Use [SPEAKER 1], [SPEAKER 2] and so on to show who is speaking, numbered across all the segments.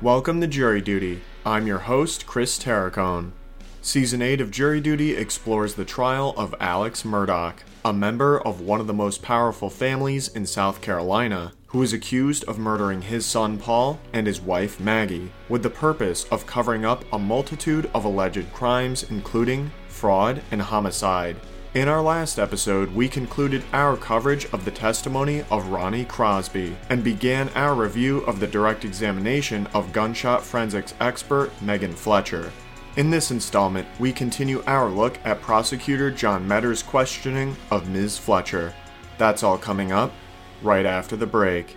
[SPEAKER 1] Welcome to Jury Duty. I'm your host, Chris Terracone. Season 8 of Jury Duty explores the trial of Alex Murdoch, a member of one of the most powerful families in South Carolina, who is accused of murdering his son Paul and his wife Maggie, with the purpose of covering up a multitude of alleged crimes, including fraud and homicide. In our last episode, we concluded our coverage of the testimony of Ronnie Crosby and began our review of the direct examination of gunshot forensics expert Megan Fletcher. In this installment, we continue our look at prosecutor John Metter's questioning of Ms. Fletcher. That's all coming up right after the break.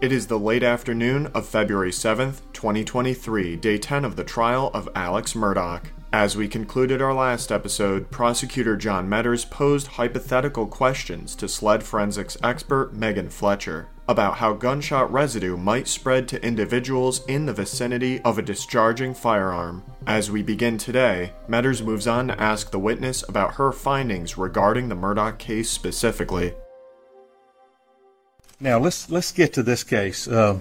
[SPEAKER 1] It is the late afternoon of February 7th, 2023, day 10 of the trial of Alex Murdoch. As we concluded our last episode, prosecutor John Metters posed hypothetical questions to sled forensics expert Megan Fletcher about how gunshot residue might spread to individuals in the vicinity of a discharging firearm. As we begin today, Metters moves on to ask the witness about her findings regarding the Murdoch case specifically.
[SPEAKER 2] Now let's let's get to this case. Uh,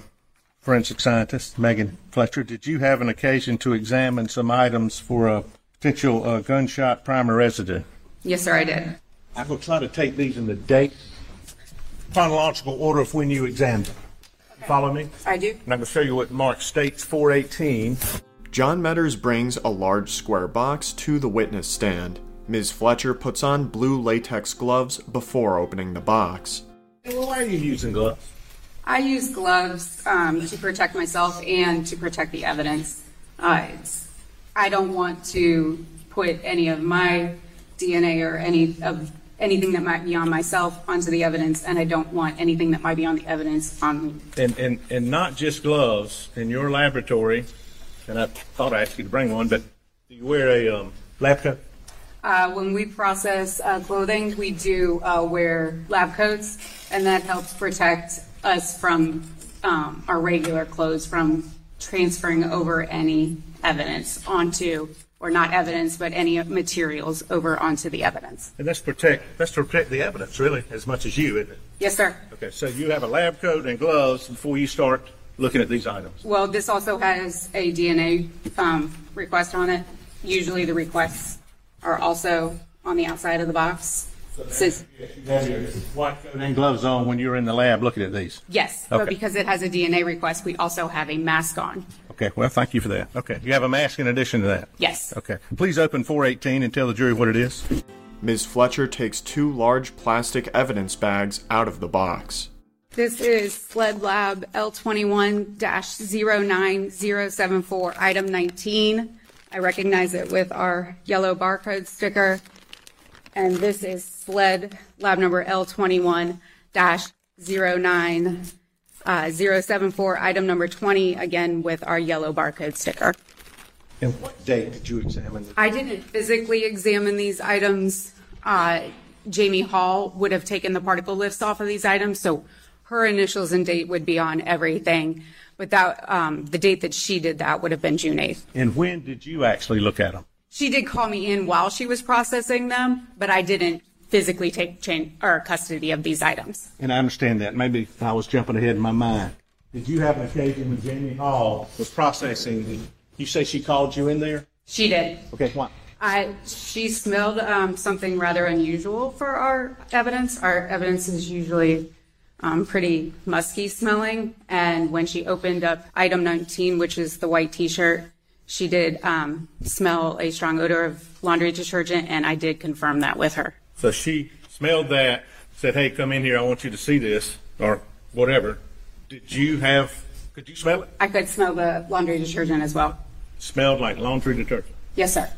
[SPEAKER 2] forensic scientist Megan Fletcher, did you have an occasion to examine some items for a potential uh, gunshot primer residue?
[SPEAKER 3] Yes, sir, I did.
[SPEAKER 2] I will try to take these in the date chronological order of when you examined them. Follow me.
[SPEAKER 3] I do.
[SPEAKER 2] And I'm going to show you what Mark states 418.
[SPEAKER 1] John Metters brings a large square box to the witness stand. Ms. Fletcher puts on blue latex gloves before opening the box.
[SPEAKER 2] Well, why are you using gloves?
[SPEAKER 3] I use gloves um, to protect myself and to protect the evidence. Uh, it's, I don't want to put any of my DNA or any of anything that might be on myself onto the evidence, and I don't want anything that might be on the evidence on me.
[SPEAKER 2] And, and, and not just gloves. In your laboratory, and I thought I asked you to bring one, but do you wear a um, lab coat?
[SPEAKER 3] Uh, when we process uh, clothing, we do uh, wear lab coats, and that helps protect us from um, our regular clothes from transferring over any evidence onto, or not evidence, but any materials over onto the evidence.
[SPEAKER 2] And that's protect that's to protect the evidence really as much as you, isn't it?
[SPEAKER 3] Yes, sir.
[SPEAKER 2] Okay, so you have a lab coat and gloves before you start looking at these items.
[SPEAKER 3] Well, this also has a DNA um, request on it. Usually the requests are also on the outside of the box. Says,
[SPEAKER 2] White coat and gloves on when you're in the lab looking at these.
[SPEAKER 3] yes, but
[SPEAKER 2] Okay.
[SPEAKER 3] because it has a DNA request, we also have a mask on.
[SPEAKER 2] Okay, well, thank you for that. Okay, you have a mask in addition to that.
[SPEAKER 3] Yes.
[SPEAKER 2] Okay, please open 418 and tell the jury what it is.
[SPEAKER 1] Ms. Fletcher takes two large plastic evidence bags out of the box.
[SPEAKER 3] This is SLED Lab L21 09074, item 19. I recognize it with our yellow barcode sticker. And this is SLED Lab number L21 uh, 09074, item number 20, again with our yellow barcode sticker.
[SPEAKER 2] And what date did you examine this?
[SPEAKER 3] I didn't physically examine these items. Uh, Jamie Hall would have taken the particle lifts off of these items, so her initials and date would be on everything. But that, um, the date that she did that would have been June 8th.
[SPEAKER 2] And when did you actually look at them?
[SPEAKER 3] She did call me in while she was processing them, but I didn't physically take chain or custody of these items.
[SPEAKER 2] And I understand that. Maybe I was jumping ahead in my mind. Did you have an occasion when Jamie Hall was processing? You say she called you in there?
[SPEAKER 3] She did.
[SPEAKER 2] Okay, why?
[SPEAKER 3] I, she smelled um, something rather unusual for our evidence. Our evidence is usually um, pretty musky smelling. And when she opened up item 19, which is the white t shirt, she did um, smell a strong odor of laundry detergent, and I did confirm that with her.
[SPEAKER 2] So she smelled that, said, "Hey, come in here. I want you to see this," or whatever. Did you have? Could you smell it?
[SPEAKER 3] I could smell the laundry detergent as well.
[SPEAKER 2] smelled like laundry detergent.
[SPEAKER 3] Yes, sir.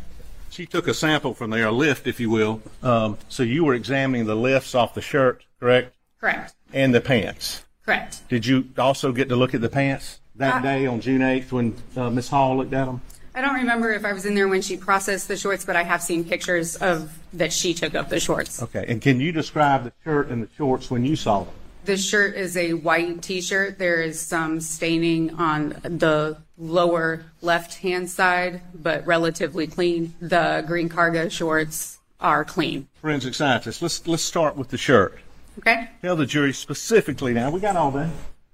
[SPEAKER 2] She took a sample from there, a lift, if you will. Um, so you were examining the lifts off the shirt, correct?
[SPEAKER 3] Correct.
[SPEAKER 2] And the pants.
[SPEAKER 3] Correct.
[SPEAKER 2] Did you also get to look at the pants that
[SPEAKER 3] Uh,
[SPEAKER 2] day on June 8th when uh, Miss Hall looked at them?
[SPEAKER 3] I don't remember if I was in there when she processed the shorts, but I have seen pictures of that she took of the shorts.
[SPEAKER 2] Okay. And can you describe the shirt and the shorts when you saw them?
[SPEAKER 3] The shirt is a white t-shirt. There is some staining on the lower left-hand side, but relatively clean. The green cargo shorts are clean.
[SPEAKER 2] Forensic scientist, let's, let's start with the shirt.
[SPEAKER 3] Okay?
[SPEAKER 2] Tell the jury specifically now. We got all that.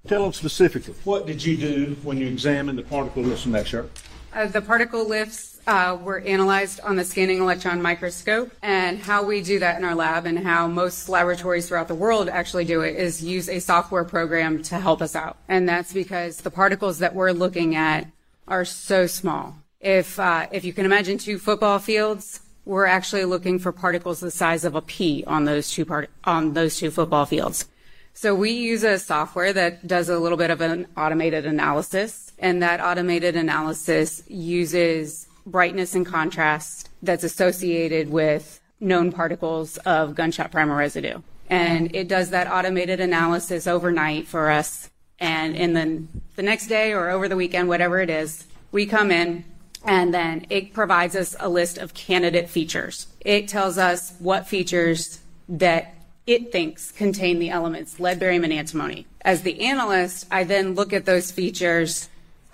[SPEAKER 2] Tell them specifically. What did you do when you examined the particle list in that shirt?
[SPEAKER 3] Uh, the particle lifts uh, were analyzed on the scanning electron microscope, and how we do that in our lab, and how most laboratories throughout the world actually do it, is use a software program to help us out. And that's because the particles that we're looking at are so small. If uh, if you can imagine two football fields, we're actually looking for particles the size of a pea on those two part- on those two football fields. So we use a software that does a little bit of an automated analysis, and that automated analysis uses brightness and contrast that's associated with known particles of gunshot primer residue. And it does that automated analysis overnight for us. And in the, the next day or over the weekend, whatever it is, we come in and then it provides us a list of candidate features. It tells us what features that it thinks contain the elements lead, barium, and antimony. As the analyst, I then look at those features.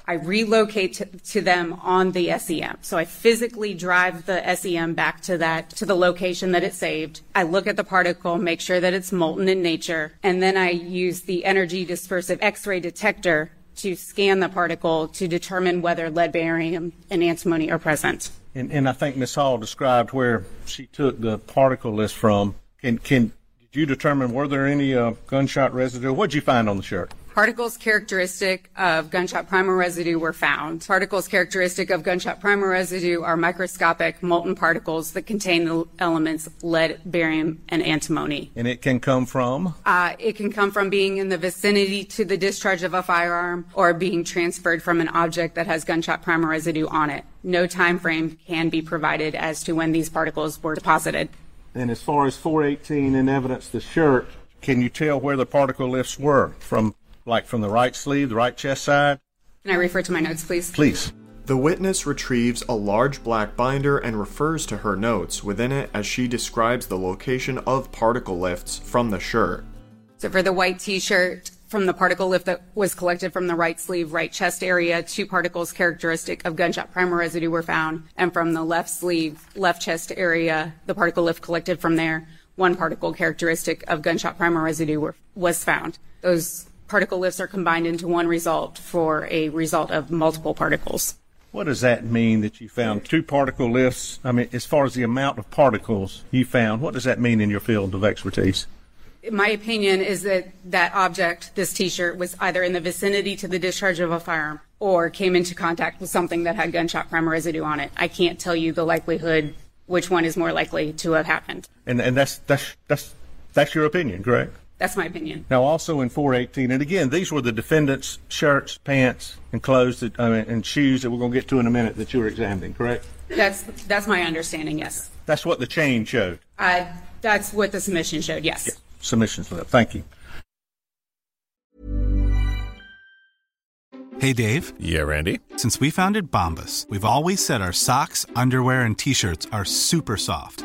[SPEAKER 3] I relocate to, to them on the SEM. So I physically drive the SEM back to that, to the location that it saved. I look at the particle, make sure that it's molten in nature, and then I use the energy dispersive X-ray detector to scan the particle to determine whether lead, barium, and antimony are present.
[SPEAKER 2] And, and I think Miss Hall described where she took the particle list from. Can can did you determine were there any uh, gunshot residue? What'd you find on the shirt?
[SPEAKER 3] Particles characteristic of gunshot primer residue were found. Particles characteristic of gunshot primer residue are microscopic molten particles that contain the elements lead, barium, and antimony.
[SPEAKER 2] And it can come from.
[SPEAKER 3] Uh, it can come from being in the vicinity to the discharge of a firearm or being transferred from an object that has gunshot primer residue on it. No time frame can be provided as to when these particles were deposited.
[SPEAKER 2] and as far as 418 in evidence, the shirt. Can you tell where the particle lifts were from? Like from the right sleeve, the right chest side.
[SPEAKER 3] Can I refer to my notes, please?
[SPEAKER 2] Please.
[SPEAKER 1] The witness retrieves a large black binder and refers to her notes within it as she describes the location of particle lifts from the shirt.
[SPEAKER 3] So for the white t-shirt from the particle lift that was collected from the right sleeve, right chest area, two particles characteristic of gunshot primer residue were found. And from the left sleeve, left chest area, the particle lift collected from there, one particle characteristic of gunshot primer residue were, was found. Those particle lifts are combined into one result for a result of multiple particles.
[SPEAKER 2] What does that mean that you found two particle lifts? I mean, as far as the amount of particles you found, what does that mean in your field of expertise?
[SPEAKER 3] my opinion is that that object, this T-shirt, was either in the vicinity to the discharge of a firearm or came into contact with something that had gunshot primer residue on it. I can't tell you the likelihood which one is more likely to have happened.
[SPEAKER 2] And and that's that's that's that's your opinion, correct?
[SPEAKER 3] That's my opinion.
[SPEAKER 2] Now, also in 418, and again, these were the defendant's shirts, pants, and clothes that, I mean, and shoes that we're going to get to in a minute that you were examining, correct?
[SPEAKER 3] That's that's my understanding. Yes,
[SPEAKER 2] That's what the chain showed.
[SPEAKER 3] uh, that's what the submission showed. Yes.
[SPEAKER 2] Submission slip. Thank you.
[SPEAKER 4] Hey, Dave.
[SPEAKER 5] Yeah, Randy.
[SPEAKER 4] Since we founded Bombus, we've always said our socks, underwear, and t shirts are super soft.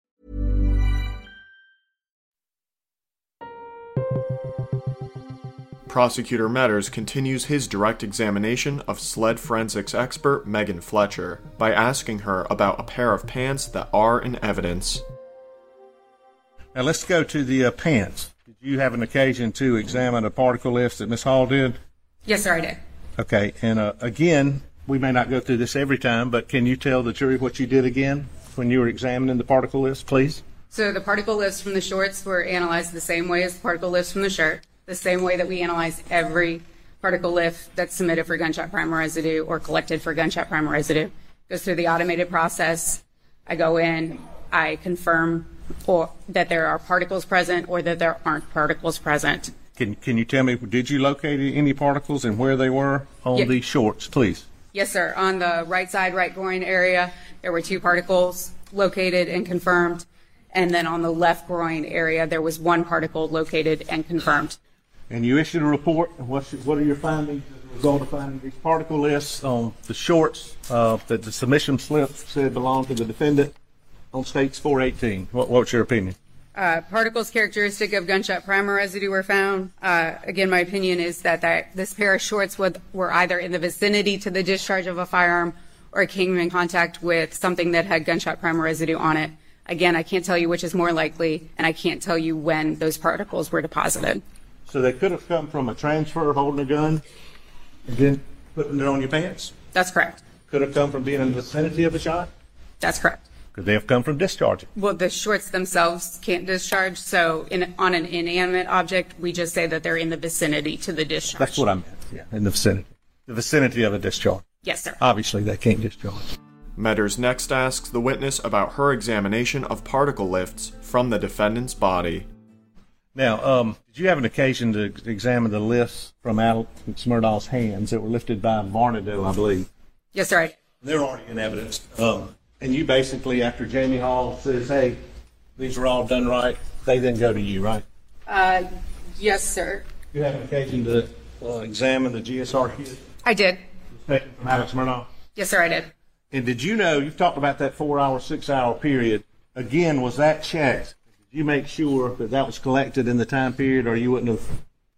[SPEAKER 1] Prosecutor Metters continues his direct examination of sled forensics expert Megan Fletcher by asking her about a pair of pants that are in evidence.
[SPEAKER 2] Now, let's go to the uh, pants. Did you have an occasion to examine the particle lifts that Miss Hall did?
[SPEAKER 3] Yes, sir. I did.
[SPEAKER 2] Okay, and uh, again, we may not go through this every time, but can you tell the jury what you did again when you were examining the particle list, please?
[SPEAKER 3] So the particle lifts from the shorts were analyzed the same way as the particle lifts from the shirt, the same way that we analyze every particle lift that's submitted for gunshot primer residue or collected for gunshot primer residue. Goes through the automated process. I go in, I confirm or that there are particles present or that there aren't particles present.
[SPEAKER 2] Can Can you tell me? Did you locate any particles and where they were on
[SPEAKER 3] Yeah.
[SPEAKER 2] these shorts, please?
[SPEAKER 3] Yes, sir. On the right side, right groin area, there were two particles located and confirmed. And then on the left groin area, there was one particle located and confirmed.
[SPEAKER 2] And you issued a report. What's, what are your findings as a result of finding these particle lists on the shorts uh, that the submission slip said belonged to the defendant on states 418? What, what's your opinion?
[SPEAKER 3] Uh, particles characteristic of gunshot primer residue were found. Uh, again, my opinion is that, that this pair of shorts would, were either in the vicinity to the discharge of a firearm or came in contact with something that had gunshot primer residue on it. Again, I can't tell you which is more likely, and I can't tell you when those particles were deposited.
[SPEAKER 2] So they could have come from a transfer holding a gun and then putting it on your pants.
[SPEAKER 3] That's correct.
[SPEAKER 2] Could have come from being in the vicinity of a shot.
[SPEAKER 3] That's correct.
[SPEAKER 2] Could they have come from discharging?
[SPEAKER 3] Well, the shorts themselves can't discharge, so in, on an inanimate object, we just say that they're in the vicinity to the discharge.
[SPEAKER 2] That's what I meant. Yeah, in the vicinity. The vicinity of a discharge.
[SPEAKER 3] Yes, sir.
[SPEAKER 2] Obviously, they can't discharge.
[SPEAKER 1] Metters next asks the witness about her examination of particle lifts from the defendant's body.
[SPEAKER 2] Now, um, did you have an occasion to ex- examine the lifts from Alex Murdahl's hands that were lifted by Varnado, I believe?
[SPEAKER 3] yes, sir. I-
[SPEAKER 2] They're already in evidence. Um, and you basically, after Jamie Hall says, hey, these are all done right, they then go to you, right?
[SPEAKER 3] Uh, yes, sir.
[SPEAKER 2] You have an occasion to uh, examine the GSR kit
[SPEAKER 3] I did.
[SPEAKER 2] taken from Alex Murdahl?
[SPEAKER 3] Yes, sir, I did.
[SPEAKER 2] And did you know, you've talked about that four hour, six hour period. Again, was that checked? Did you make sure that that was collected in the time period or you wouldn't have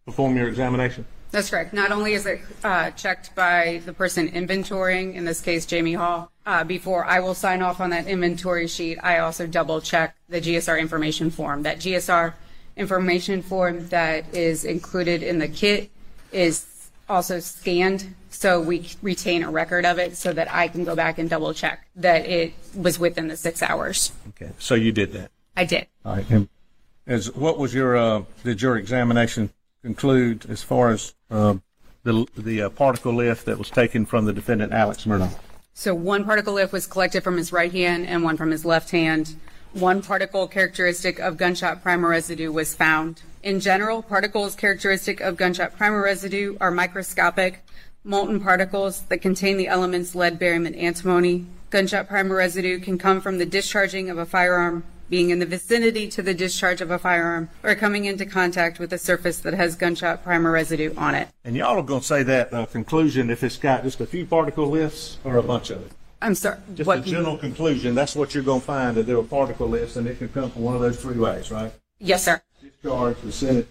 [SPEAKER 2] performed your examination?
[SPEAKER 3] That's correct. Not only is it uh, checked by the person inventorying, in this case, Jamie Hall, uh, before I will sign off on that inventory sheet, I also double check the GSR information form. That GSR information form that is included in the kit is also scanned, so we retain a record of it so that I can go back and double check that it was within the six hours.
[SPEAKER 2] Okay, so you did that.
[SPEAKER 3] I did.
[SPEAKER 2] All right. And as what was your uh, did your examination conclude as far as uh, the the uh, particle lift that was taken from the defendant Alex Murdoch?
[SPEAKER 3] So one particle lift was collected from his right hand and one from his left hand. One particle characteristic of gunshot primer residue was found. In general, particles characteristic of gunshot primer residue are microscopic, molten particles that contain the elements lead, barium, and antimony. Gunshot primer residue can come from the discharging of a firearm, being in the vicinity to the discharge of a firearm, or coming into contact with a surface that has gunshot primer residue on it.
[SPEAKER 2] And y'all are going to say that uh, conclusion if it's got just a few particle lifts or a bunch of it.
[SPEAKER 3] I'm sorry.
[SPEAKER 2] Just
[SPEAKER 3] what-
[SPEAKER 2] a general conclusion. That's what you're going to find that there were particle lifts, and it could come from one of those three ways, right?
[SPEAKER 3] Yes, sir.
[SPEAKER 2] Discharge, vicinity.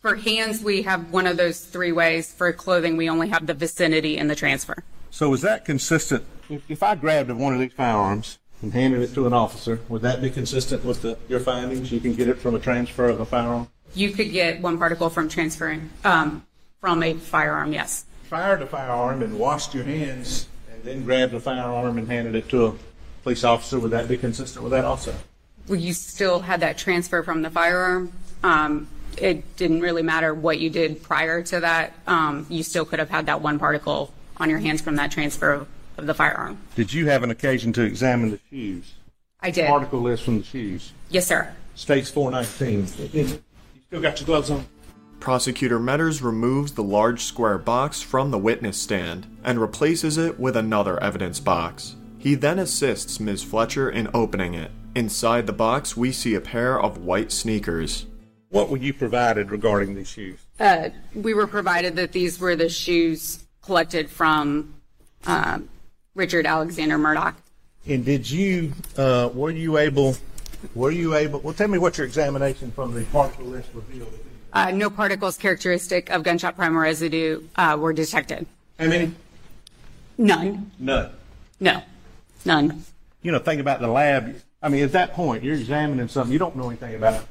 [SPEAKER 3] For hands, we have one of those three ways. For clothing, we only have the vicinity and the transfer.
[SPEAKER 2] So is that consistent? If, if I grabbed one of these firearms and handed it to an officer, would that be consistent with the, your findings? You can get it from a transfer of a firearm.
[SPEAKER 3] You could get one particle from transferring um, from a firearm, yes.
[SPEAKER 2] fired a firearm and washed your hands and then grabbed a firearm and handed it to a police officer, would that be consistent with that also?
[SPEAKER 3] Well, you still had that transfer from the firearm. Um, it didn't really matter what you did prior to that. Um, you still could have had that one particle on your hands from that transfer of, of the firearm.
[SPEAKER 2] Did you have an occasion to examine the shoes?
[SPEAKER 3] I did.
[SPEAKER 2] Particle list from the shoes.
[SPEAKER 3] Yes, sir.
[SPEAKER 2] States 419. You still got your gloves on?
[SPEAKER 1] Prosecutor Metters removes the large square box from the witness stand and replaces it with another evidence box. He then assists Ms. Fletcher in opening it. Inside the box, we see a pair of white sneakers.
[SPEAKER 2] What were you provided regarding these shoes?
[SPEAKER 3] Uh, we were provided that these were the shoes collected from um, Richard Alexander Murdoch.
[SPEAKER 2] And did you, uh, were you able, were you able, well, tell me what your examination from the particle list revealed.
[SPEAKER 3] Uh, no particles characteristic of gunshot primer residue uh, were detected.
[SPEAKER 2] How many?
[SPEAKER 3] None.
[SPEAKER 2] None.
[SPEAKER 3] No. None.
[SPEAKER 2] you know, think about the lab. I mean, at that point, you're examining something you don't know anything about.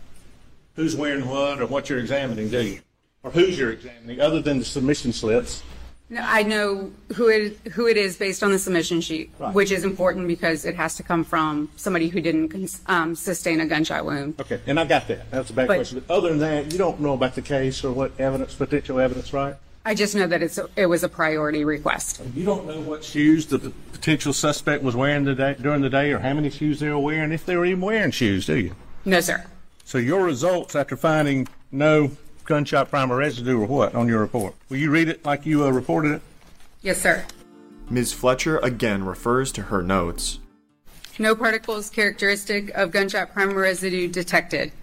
[SPEAKER 2] Who's wearing what or what you're examining, do you? Or who's you're examining, other than the submission slips
[SPEAKER 3] No, I know who it, who it is based on the submission sheet, which is important because it has to come from somebody who didn't cons- um, sustain a gunshot wound.
[SPEAKER 2] Okay, and I got that. That's a bad
[SPEAKER 3] But-
[SPEAKER 2] question. Other than that, you don't know about the case or what evidence, potential evidence, right?
[SPEAKER 3] I just know that it's a, it was a priority request.
[SPEAKER 2] You don't know what shoes the p- potential suspect was wearing today, during the day or how many shoes they were wearing, if they were even wearing shoes, do you?
[SPEAKER 3] No, sir.
[SPEAKER 2] So your results after finding no gunshot primer residue or what on your report? Will you read it like you uh, reported it?
[SPEAKER 3] Yes, sir.
[SPEAKER 1] Ms. Fletcher again refers to her notes.
[SPEAKER 3] No particles characteristic of gunshot primer residue detected.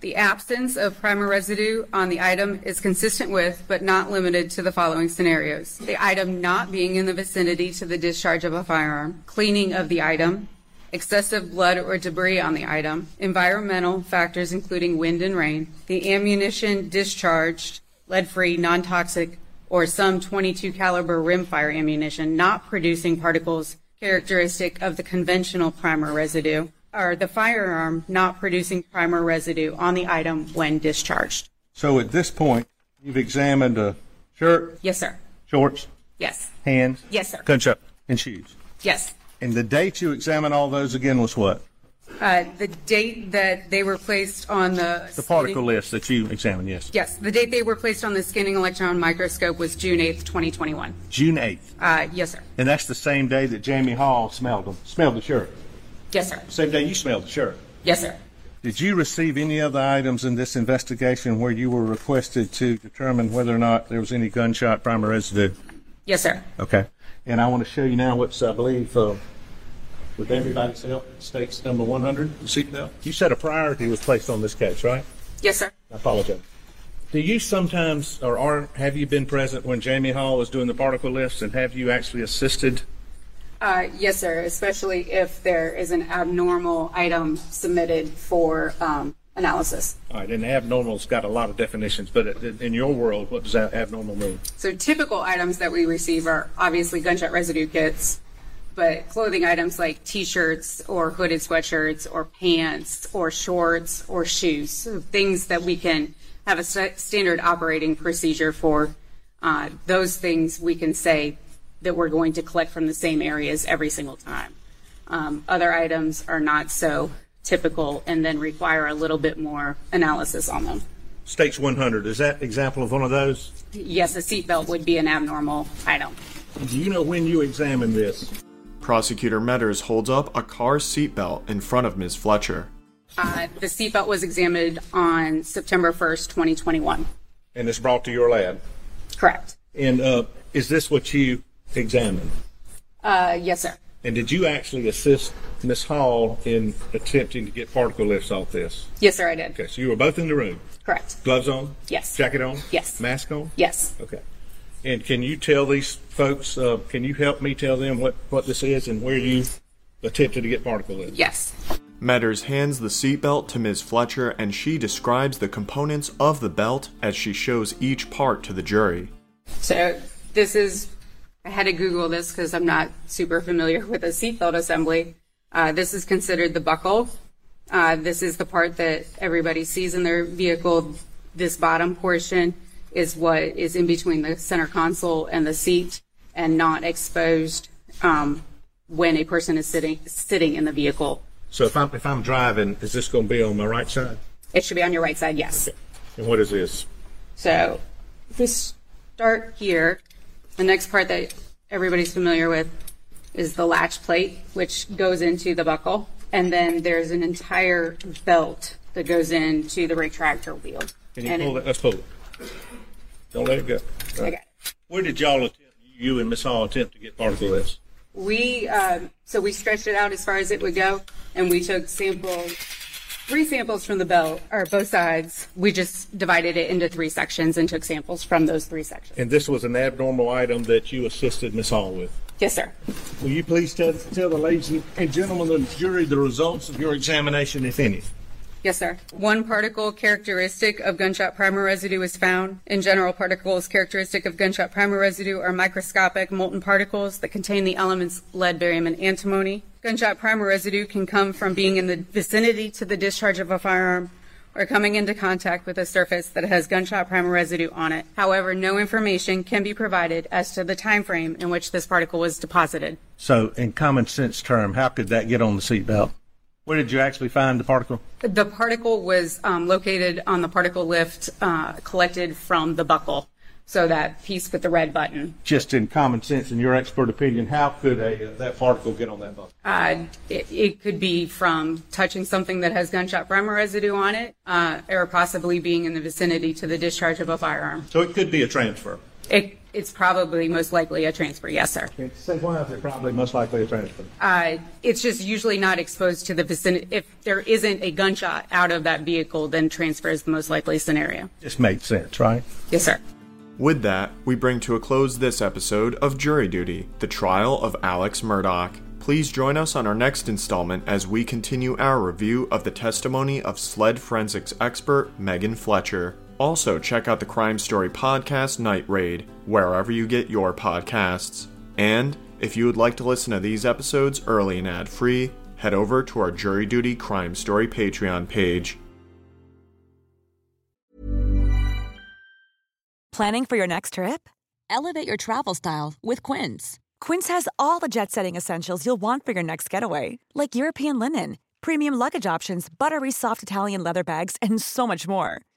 [SPEAKER 3] The absence of primer residue on the item is consistent with, but not limited to, the following scenarios. The item not being in the vicinity to the discharge of a firearm, cleaning of the item, excessive blood or debris on the item, environmental factors including wind and rain, the ammunition discharged, lead-free, non-toxic, or some 22 caliber rimfire ammunition not producing particles characteristic of the conventional primer residue, or the firearm not producing primer residue on the item when discharged.
[SPEAKER 2] So at this point, you've examined a shirt,
[SPEAKER 3] Yes, sir.
[SPEAKER 2] shorts,
[SPEAKER 3] Yes.
[SPEAKER 2] hands,
[SPEAKER 3] Yes, sir.
[SPEAKER 2] gunshot, and shoes.
[SPEAKER 3] Yes.
[SPEAKER 2] And the date you examined all those again was what?
[SPEAKER 3] Uh, the date that they were placed on the
[SPEAKER 2] The particle list that you examined, yes.
[SPEAKER 3] Yes, the date they were placed on the scanning electron microscope was June 8th, 2021.
[SPEAKER 2] June 8th.
[SPEAKER 3] Uh, yes, sir.
[SPEAKER 2] And that's the same day that Jamie Hall smelled them, smelled the shirt.
[SPEAKER 3] Yes, sir.
[SPEAKER 2] Same day you smelled the shirt.
[SPEAKER 3] Yes, sir.
[SPEAKER 2] Did you receive any other items in this investigation where you were requested to determine whether or not there was any gunshot primer residue?
[SPEAKER 3] Yes, sir.
[SPEAKER 2] Okay. And I want to show you now what's, I believe, uh, with everybody's help, state's number 100. You see now? You said a priority was placed on this case, right?
[SPEAKER 3] Yes, sir.
[SPEAKER 2] I apologize. Do you sometimes, or are, have you been present when Jamie Hall was doing the particle list, and have you actually assisted?
[SPEAKER 3] Uh, yes, sir, especially if there is an abnormal item submitted for um, analysis.
[SPEAKER 2] All right, and abnormal's got a lot of definitions, but i- in your world, what does that abnormal mean?
[SPEAKER 3] So typical items that we receive are obviously gunshot residue kits, but clothing items like t-shirts or hooded sweatshirts or pants or shorts or shoes, so things that we can have a sta- standard operating procedure for. Uh, those things we can say that we're going to collect from the same areas every single time. Um, other items are not so typical and then require a little bit more analysis on them.
[SPEAKER 2] States 100, is that example of one of those?
[SPEAKER 3] Yes, a seatbelt would be an abnormal item.
[SPEAKER 2] Do you know when you examined this?
[SPEAKER 1] Prosecutor Metters holds up a car seatbelt in front of Ms. Fletcher.
[SPEAKER 3] Uh, The seatbelt was examined on September 1st, 2021.
[SPEAKER 2] And it's brought to your lab.
[SPEAKER 3] Correct.
[SPEAKER 2] And uh, is this what you examined?
[SPEAKER 3] Uh, Yes, sir.
[SPEAKER 2] And did you actually assist Miss Hall in attempting to get particle lifts off this?
[SPEAKER 3] Yes, sir, I did.
[SPEAKER 2] Okay, so you were both in the room.
[SPEAKER 3] Correct.
[SPEAKER 2] Gloves on?
[SPEAKER 3] Yes.
[SPEAKER 2] Jacket on?
[SPEAKER 3] Yes.
[SPEAKER 2] Mask on?
[SPEAKER 3] Yes.
[SPEAKER 2] Okay. And can you tell these folks, uh, can you help me tell them what, what this is and where you attempted to get particle lifts?
[SPEAKER 3] Yes.
[SPEAKER 1] Metters hands the seatbelt to Ms. Fletcher and she describes the components of the belt as she shows each part to the jury.
[SPEAKER 3] So this is, I had to Google this because I'm not super familiar with a seatbelt assembly. Uh, This is considered the buckle. Uh, This is the part that everybody sees in their vehicle. This bottom portion is what is in between the center console and the seat and not exposed um, when a person is sitting, sitting in the vehicle.
[SPEAKER 2] So if I'm, if I'm driving, is this going to be on my right side?
[SPEAKER 3] It should be on your right side, yes.
[SPEAKER 2] And what is this?
[SPEAKER 3] So if we start here, the next part that everybody's familiar with is the latch plate, which goes into the buckle. And then there's an entire belt that goes into the retractor wheel.
[SPEAKER 2] Can you
[SPEAKER 3] And
[SPEAKER 2] pull
[SPEAKER 3] it-
[SPEAKER 2] that? Let's pull it. Don't let it go.
[SPEAKER 3] I got it.
[SPEAKER 2] Where did y'all attempt, you and Miss Hall attempt to get particle lifts?
[SPEAKER 3] We, um, so we stretched it out as far as it would go, and we took sample, three samples from the belt, or both sides. We just divided it into three sections and took samples from those three sections.
[SPEAKER 2] And this was an abnormal item that you assisted Miss Hall with.
[SPEAKER 3] Yes, sir.
[SPEAKER 2] Will you please tell, tell the ladies and gentlemen of the jury the results of your examination, if any?
[SPEAKER 3] Yes, sir. One particle characteristic of gunshot primer residue is found. In general, particles characteristic of gunshot primer residue are microscopic molten particles that contain the elements lead, barium, and antimony. Gunshot primer residue can come from being in the vicinity to the discharge of a firearm or coming into contact with a surface that has gunshot primer residue on it. However, no information can be provided as to the time frame in which this particle was deposited.
[SPEAKER 2] So, in common sense term, how could that get on the seatbelt? Where did you actually find the particle?
[SPEAKER 3] The particle was um, located on the particle lift uh, collected from the buckle. So that piece with the red button.
[SPEAKER 2] Just in common sense, in your expert opinion, how could a, uh, that particle get on that bus?
[SPEAKER 3] Uh, it, it could be from touching something that has gunshot primer residue on it, uh, or possibly being in the vicinity to the discharge of a firearm.
[SPEAKER 2] So it could be a transfer.
[SPEAKER 3] It, it's probably most likely a transfer, yes, sir.
[SPEAKER 2] Say why is it probably most likely a transfer?
[SPEAKER 3] Uh, it's just usually not exposed to the vicinity. If there isn't a gunshot out of that vehicle, then transfer is the most likely scenario.
[SPEAKER 2] Just made sense, right?
[SPEAKER 3] Yes, sir.
[SPEAKER 1] With that, we bring to a close this episode of Jury Duty The Trial of Alex Murdoch. Please join us on our next installment as we continue our review of the testimony of sled forensics expert Megan Fletcher. Also, check out the crime story podcast Night Raid, wherever you get your podcasts. And if you would like to listen to these episodes early and ad free, head over to our Jury Duty Crime Story Patreon page.
[SPEAKER 6] Planning for your next trip? Elevate your travel style with Quince. Quince has all the jet setting essentials you'll want for your next getaway, like European linen, premium luggage options, buttery soft Italian leather bags, and so much more.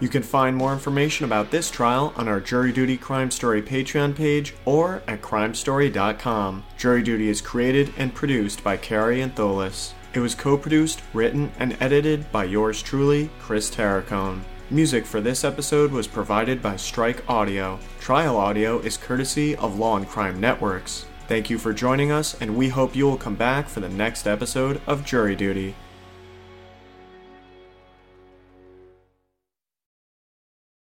[SPEAKER 1] You can find more information about this trial on our Jury Duty Crime Story Patreon page or at crimestory.com. Jury Duty is created and produced by Carrie Antholis. It was co produced, written, and edited by yours truly, Chris Terracone. Music for this episode was provided by Strike Audio. Trial audio is courtesy of Law and Crime Networks. Thank you for joining us, and we hope you will come back for the next episode of Jury Duty.